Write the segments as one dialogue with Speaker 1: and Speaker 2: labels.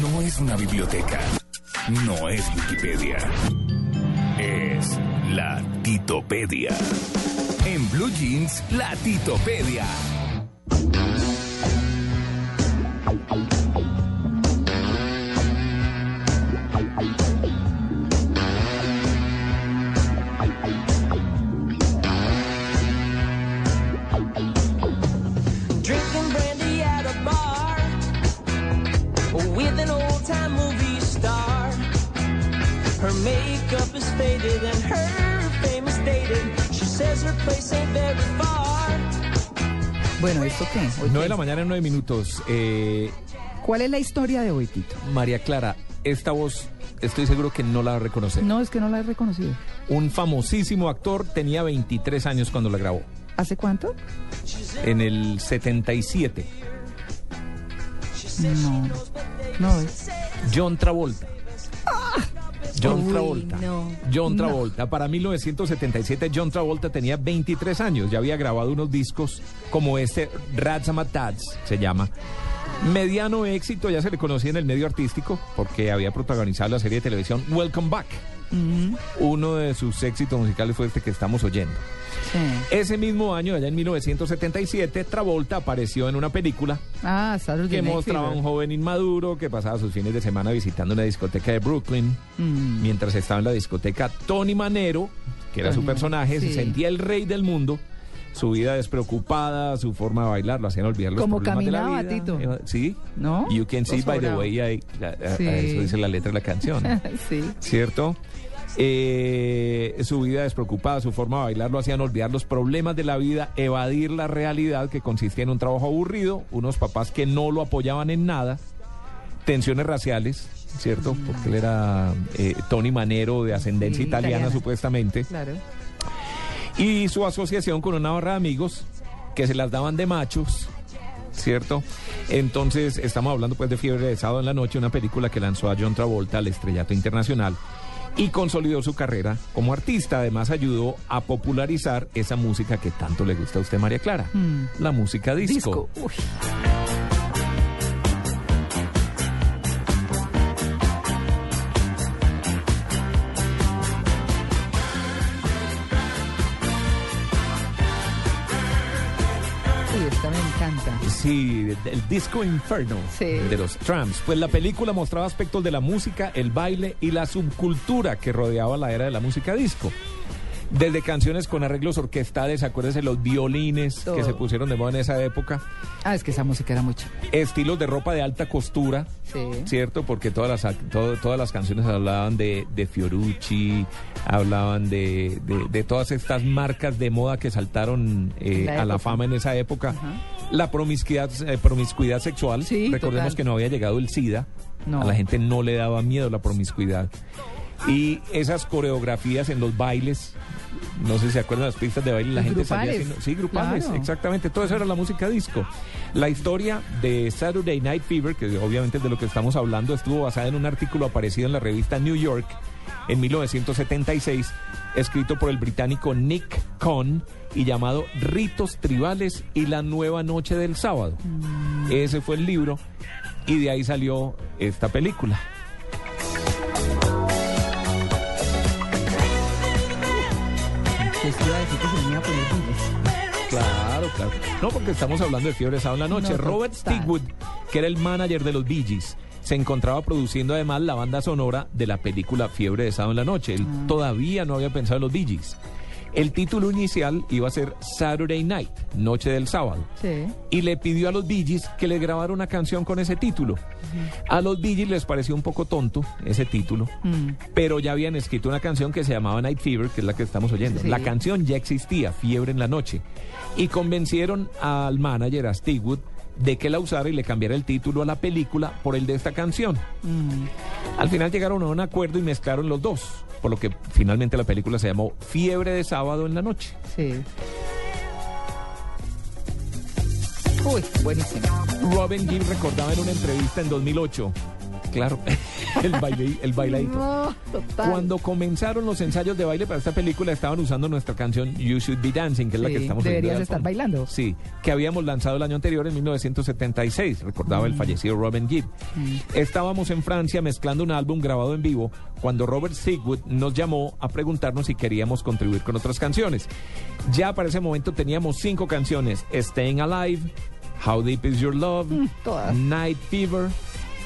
Speaker 1: No es una biblioteca. No es Wikipedia. Es la Titopedia. En Blue Jeans, la Titopedia.
Speaker 2: Drinking brandy at a bar with an old time movie star. Her makeup is faded and her fame is dated. She says her place ain't very far.
Speaker 3: Bueno, ¿esto qué? Hoy
Speaker 4: 9 de
Speaker 3: qué
Speaker 4: la mañana, 9 minutos. Eh,
Speaker 3: es. ¿Cuál es la historia de hoy, Tito?
Speaker 4: María Clara, esta voz estoy seguro que no la va a reconocer.
Speaker 3: No, es que no la he reconocido.
Speaker 4: Un famosísimo actor tenía 23 años cuando la grabó,
Speaker 3: ¿Hace cuánto?
Speaker 4: en el 77.
Speaker 3: No. No es.
Speaker 4: John Travolta. John
Speaker 5: Ah. Uy,
Speaker 4: Travolta.
Speaker 5: no.
Speaker 4: John Travolta. Para 1977, John Travolta tenía 23 años. Ya había grabado unos discos como este Razzamatats, se llama. Mediano éxito, ya se le conocía en el medio artístico porque había protagonizado la serie de televisión Welcome Back. Uno de sus éxitos musicales fue este que estamos oyendo.
Speaker 3: Sí.
Speaker 4: Ese mismo año, allá en 1977, Travolta apareció en una película
Speaker 3: Ah, Saturday
Speaker 4: Pues que
Speaker 3: Night
Speaker 4: mostraba a
Speaker 3: Fever.
Speaker 4: un joven inmaduro que pasaba sus fines de semana visitando una discoteca de Brooklyn.
Speaker 3: Mm.
Speaker 4: Mientras estaba en la discoteca, Tony Manero, que era su
Speaker 3: Tony,
Speaker 4: personaje, se
Speaker 3: sí.
Speaker 4: sentía el rey del mundo. Su vida despreocupada, su forma de bailar, lo hacían olvidar los
Speaker 3: Como
Speaker 4: problemas
Speaker 3: caminaba,
Speaker 4: de la vida.
Speaker 3: Tito.
Speaker 4: Era- Sí.
Speaker 3: ¿No?
Speaker 4: You can see by the
Speaker 3: Sobrado.
Speaker 4: way I- la- a- a
Speaker 3: Sí.
Speaker 4: eso dice la letra de la canción.
Speaker 3: sí.
Speaker 4: ¿cierto? Eh, su vida despreocupada, su forma de bailar lo hacían olvidar los problemas de la vida, evadir la realidad que consistía en un trabajo aburrido, unos papás que no lo apoyaban en nada, tensiones raciales, ¿cierto? Porque él era eh, Tony Manero de ascendencia
Speaker 3: Sí,
Speaker 4: italiana,
Speaker 3: italiana.
Speaker 4: supuestamente,
Speaker 3: Claro.
Speaker 4: y su asociación con una barra de amigos que se las daban de machos. ¿Cierto? Entonces, estamos hablando pues de Fiebre de Sábado en la Noche, una película que lanzó a John Travolta al estrellato internacional y consolidó su carrera como artista. Además, ayudó a popularizar esa música que tanto le gusta a usted, María Clara.
Speaker 3: Mm.
Speaker 4: La música disco.
Speaker 3: Uy. Uy, esta me encanta.
Speaker 4: Sí, el disco inferno
Speaker 3: Sí.
Speaker 4: de los Tramps. Pues la película mostraba aspectos de la música, el baile y la subcultura que rodeaba la era de la música disco. Desde canciones con arreglos orquestales, acuérdense los violines que
Speaker 3: Todo.
Speaker 4: se pusieron de moda en esa época,
Speaker 3: Ah, es que esa música era mucha.
Speaker 4: estilos de ropa de alta costura,
Speaker 3: Sí.
Speaker 4: ¿cierto? Porque todas las, todo- todas las canciones hablaban de, de Fiorucci, hablaban de, de- de todas estas marcas de moda que saltaron
Speaker 3: En
Speaker 4: eh,
Speaker 3: la
Speaker 4: a la
Speaker 3: época.
Speaker 4: fama en esa época.
Speaker 3: Ajá.
Speaker 4: La promiscuidad, eh, promiscuidad sexual,
Speaker 3: Sí,
Speaker 4: recordemos
Speaker 3: total.
Speaker 4: que no había llegado el SIDA,
Speaker 3: No.
Speaker 4: a la gente no le daba miedo la promiscuidad. Y esas coreografías en los bailes, no sé si se acuerdan las pistas de baile, la
Speaker 3: Los
Speaker 4: gente salía
Speaker 3: grupales.
Speaker 4: haciendo- Sí, grupales,
Speaker 3: Claro.
Speaker 4: exactamente. Todo eso era la música disco. La historia de Saturday Night Fever, que obviamente es de lo que estamos hablando, estuvo basada en un artículo aparecido en la revista New York en 1976, escrito por el británico Nick Cohn y llamado Ritos Tribales y la Nueva Noche del Sábado.
Speaker 3: Mm.
Speaker 4: Ese fue el libro y de ahí salió esta película.
Speaker 3: Les iba a decir que se me iba a poner miles.
Speaker 4: Claro, claro. No, porque estamos hablando de fiebre sábado en la noche.
Speaker 3: No,
Speaker 4: Robert
Speaker 3: total.
Speaker 4: Stigwood, que era el manager de los Bee Gees, se encontraba produciendo además la banda sonora de la película Fiebre de sábado en la noche. Él
Speaker 3: Ah.
Speaker 4: todavía no había pensado en los Bee Gees. El título inicial iba a ser Saturday Night, Noche del Sábado
Speaker 3: Sí.
Speaker 4: y le pidió a los DJs que le grabara una canción con ese título. A los DJs les pareció un poco tonto ese título,
Speaker 3: Mm.
Speaker 4: pero ya habían escrito una canción que se llamaba Night Fever, que es la que estamos oyendo.
Speaker 3: Sí.
Speaker 4: La canción ya existía, Fiebre en la Noche, y convencieron al manager, a Stigwood, de que la usara y le cambiara el título a la película por el de esta canción.
Speaker 3: Mm.
Speaker 4: Al final llegaron a un acuerdo y mezclaron los dos, por lo que finalmente la película se llamó Fiebre de Sábado en la Noche.
Speaker 3: Sí. Uy, buenísimo.
Speaker 4: Robin Gibb recordaba en una entrevista en 2008. Claro. el, baile, el bailadito.
Speaker 3: Oh,
Speaker 5: No, total.
Speaker 4: Cuando comenzaron los ensayos de baile para esta película, estaban usando nuestra canción You Should Be Dancing, que es la
Speaker 5: Sí,
Speaker 4: que estamos oyendo
Speaker 5: deberías
Speaker 4: de
Speaker 5: estar
Speaker 4: fondo.
Speaker 5: bailando.
Speaker 4: Sí, que habíamos lanzado el año anterior, en 1976. Recordaba
Speaker 5: Mm.
Speaker 4: el fallecido Robin Gibb. Estábamos en Francia mezclando un álbum grabado en vivo cuando Robert Sigwood nos llamó a preguntarnos si queríamos contribuir con otras canciones. Ya para ese momento teníamos cinco canciones: Staying Alive, How Deep Is Your Love,
Speaker 5: Mm, todas.
Speaker 4: Night Fever,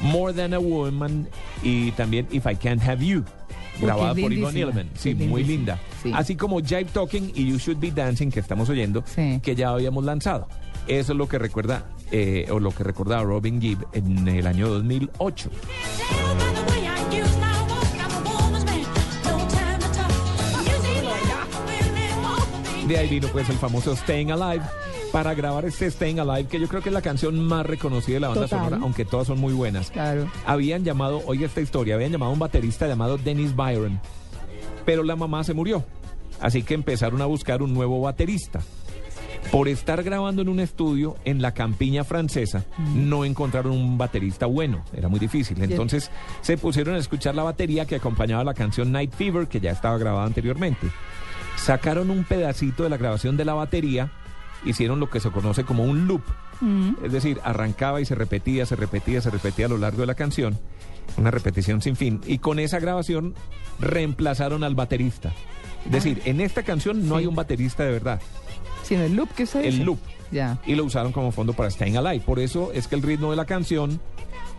Speaker 4: More Than a Woman y también If I Can't Have You.
Speaker 5: Porque
Speaker 4: Grabada
Speaker 5: es
Speaker 4: por Yvonne
Speaker 5: lindísima,
Speaker 4: Elman. Sí,
Speaker 5: es
Speaker 4: muy
Speaker 5: lindísima,
Speaker 4: linda.
Speaker 5: sí.
Speaker 4: Así como Jive Talking y You Should Be Dancing que estamos oyendo,
Speaker 5: Sí.
Speaker 4: que ya habíamos lanzado. Eso es lo que recuerda eh, o lo que recordaba Robin Gibb en el año 2008. De ahí vino pues el famoso Staying Alive para grabar este Staying Alive, que yo creo que es la canción más reconocida de la banda
Speaker 5: Total.
Speaker 4: sonora, aunque todas son muy buenas.
Speaker 5: Claro.
Speaker 4: Habían llamado, oiga esta historia, habían llamado a un baterista llamado Dennis Byron, pero la mamá se murió. Así que empezaron a buscar un nuevo baterista. Por estar grabando en un estudio en la campiña francesa, no encontraron un baterista bueno, era muy difícil. Entonces se pusieron a escuchar la batería que acompañaba la canción Night Fever, que ya estaba grabada anteriormente. Sacaron un pedacito de la grabación de la batería, hicieron lo que se conoce como un loop, es decir, arrancaba y se repetía, se repetía, se repetía a lo largo de la canción, una repetición sin fin, y con esa grabación reemplazaron al baterista. Es decir, en esta canción no
Speaker 5: Sí.
Speaker 4: hay un baterista de verdad,
Speaker 5: Sino el loop que usted
Speaker 4: el
Speaker 5: dice.
Speaker 4: loop
Speaker 5: Ya.
Speaker 4: y lo usaron como fondo para Staying Alive. Por eso es que el ritmo de la canción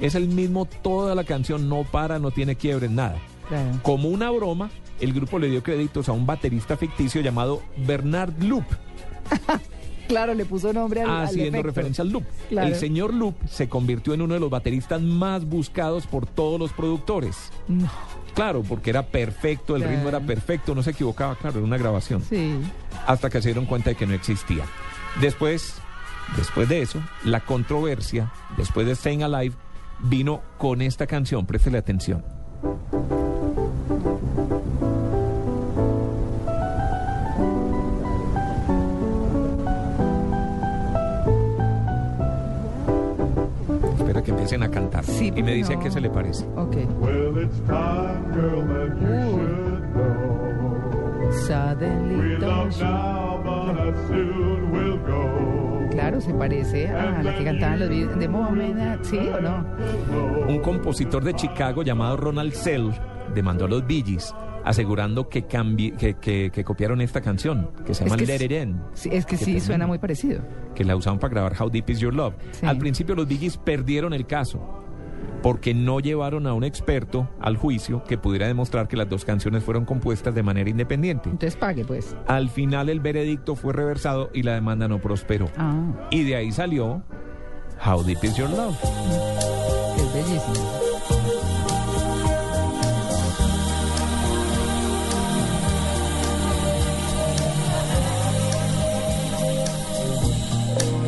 Speaker 4: es el mismo toda la canción, no para, no tiene quiebre, nada.
Speaker 5: Claro.
Speaker 4: Como una broma, el grupo le dio créditos a un baterista ficticio llamado Bernard Loop,
Speaker 5: Claro, le puso nombre al, al
Speaker 4: Ah, haciendo
Speaker 5: efecto.
Speaker 4: referencia al Loop.
Speaker 5: Claro.
Speaker 4: El señor Loop se convirtió en uno de los bateristas más buscados por todos los productores.
Speaker 5: No,
Speaker 4: Claro, porque era perfecto, el ritmo
Speaker 5: Claro.
Speaker 4: era perfecto, no se equivocaba, claro, era una grabación.
Speaker 5: sí.
Speaker 4: hasta que se dieron cuenta de que no existía. Después, después de eso, la controversia, después de Staying Alive, vino con esta canción, préstele atención. Espera que empiecen a cantar
Speaker 5: Sí,
Speaker 4: y me
Speaker 5: porque
Speaker 4: dice a
Speaker 5: no.
Speaker 4: qué se le parece.
Speaker 5: Ok.
Speaker 6: Well, it's time, girl, that you should know. We
Speaker 5: Suddenly don't
Speaker 6: love
Speaker 5: you-
Speaker 6: now, but I soon will go.
Speaker 5: Claro, se parece a la que cantaban los Beatles. de Moment, ah, ¿sí o no?
Speaker 4: Un compositor de Chicago llamado Ronald Sell demandó a los Bee Gees asegurando que, cambi- que, que- que copiaron esta canción, que se
Speaker 5: Es
Speaker 4: llama
Speaker 5: que
Speaker 4: Let
Speaker 5: sí-
Speaker 4: It In,
Speaker 5: Sí, es que
Speaker 4: Qué
Speaker 5: sí, suena
Speaker 4: tremendo.
Speaker 5: muy parecido.
Speaker 4: que la usaron para grabar How Deep Is Your Love.
Speaker 5: Sí.
Speaker 4: Al principio los Bee Gees perdieron el caso porque no llevaron a un experto al juicio que pudiera demostrar que las dos canciones fueron compuestas de manera independiente.
Speaker 5: Entonces pague, pues.
Speaker 4: Al final el veredicto fue reversado y la demanda no prosperó.
Speaker 5: Ah,
Speaker 4: Y de ahí salió How Deep Is Your Love.
Speaker 5: es bellísimo.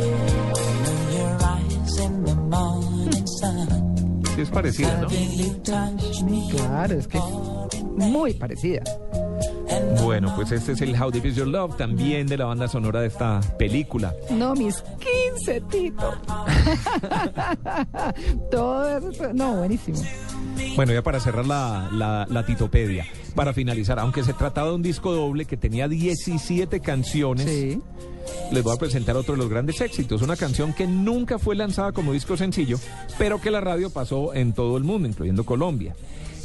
Speaker 2: Your eyes in the morning sun
Speaker 4: Sí, Es parecida, ¿no?
Speaker 2: you touch me
Speaker 5: Claro, es que es muy parecida.
Speaker 4: Bueno, pues este es el How Deep Is Your Love, también de la banda sonora de esta película.
Speaker 5: No, mis 15, Tito. Todo eso. todo- No, buenísimo.
Speaker 4: Bueno, ya para cerrar la, la, la titopedia, para finalizar, aunque se trataba de un disco doble que tenía 17 canciones,
Speaker 5: Sí.
Speaker 4: les voy a presentar otro de los grandes éxitos, una canción que nunca fue lanzada como disco sencillo, pero que la radio pasó en todo el mundo, incluyendo Colombia.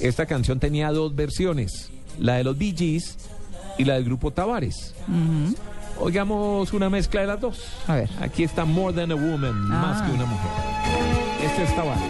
Speaker 4: Esta canción tenía dos versiones, la de los Bee Gees y la del grupo Tavares.
Speaker 5: Ujú.
Speaker 4: Oigamos una mezcla de las dos.
Speaker 5: A ver.
Speaker 4: Aquí está More Than a Woman, más
Speaker 5: Ah.
Speaker 4: que una mujer. Este es Tavares.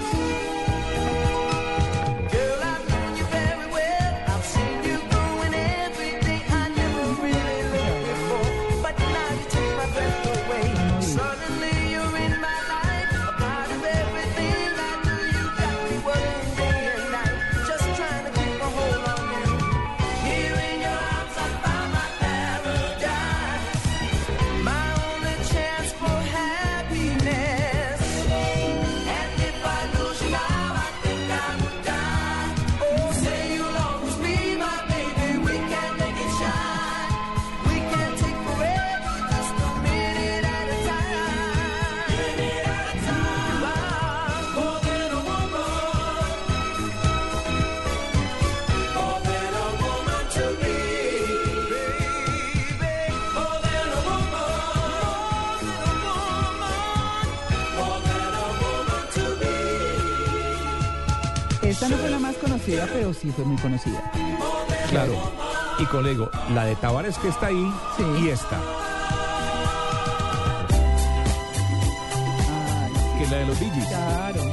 Speaker 7: Girl, I know you very well. I've seen you doing everything I never really loved before. But now you take my breath away. Suddenly you're in my life, a part of everything I do. You got me working day and night, just trying to keep a hold on you. Here in your arms, I find my paradise, my only chance for happiness. And if I lose you.
Speaker 5: Esta no fue la más conocida, pero sí fue muy conocida.
Speaker 4: Claro. Y como le digo, la de Tavares que está ahí
Speaker 5: Sí.
Speaker 4: y esta.
Speaker 5: Ay,
Speaker 4: Que es la de los DJs.
Speaker 5: claro.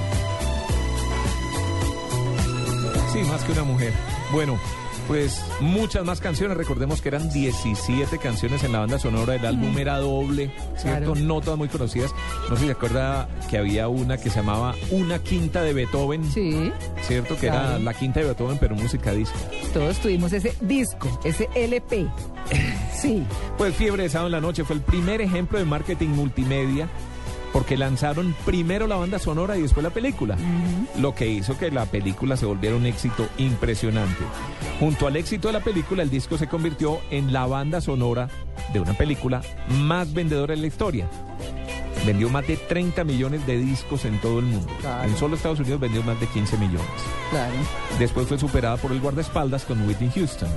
Speaker 4: Sí, más que una mujer. Bueno, pues muchas más canciones. Recordemos que eran 17 canciones en la banda sonora. El álbum era doble, ¿cierto?
Speaker 5: Claro.
Speaker 4: Notas muy conocidas. No sé si se acuerda que había una que se llamaba Una Quinta de Beethoven,
Speaker 5: Sí,
Speaker 4: ¿cierto? Que era
Speaker 5: Claro.
Speaker 4: la Quinta de Beethoven, pero música disco.
Speaker 5: todos tuvimos ese disco, ese LP. Sí,
Speaker 4: Pues Fiebre de Sábado en la Noche fue el primer ejemplo de marketing multimedia porque lanzaron primero la banda sonora y después la película, lo que hizo que la película se volviera un éxito impresionante. Junto al éxito de la película, el disco se convirtió en la banda sonora de una película más vendedora en la historia. Vendió más de 30 millones de discos en todo el mundo.
Speaker 5: Claro.
Speaker 4: En solo Estados Unidos vendió más de 15 millones.
Speaker 5: claro.
Speaker 4: Después fue superada por el guardaespaldas con Whitney Houston.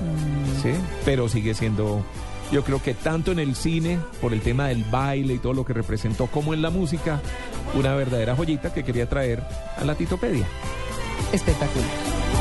Speaker 4: ¿sí? Pero sigue siendo, yo creo que tanto en el cine, por el tema del baile y todo lo que representó, como en la música, una verdadera joyita que quería traer a la Titopedia.
Speaker 5: Espectacular.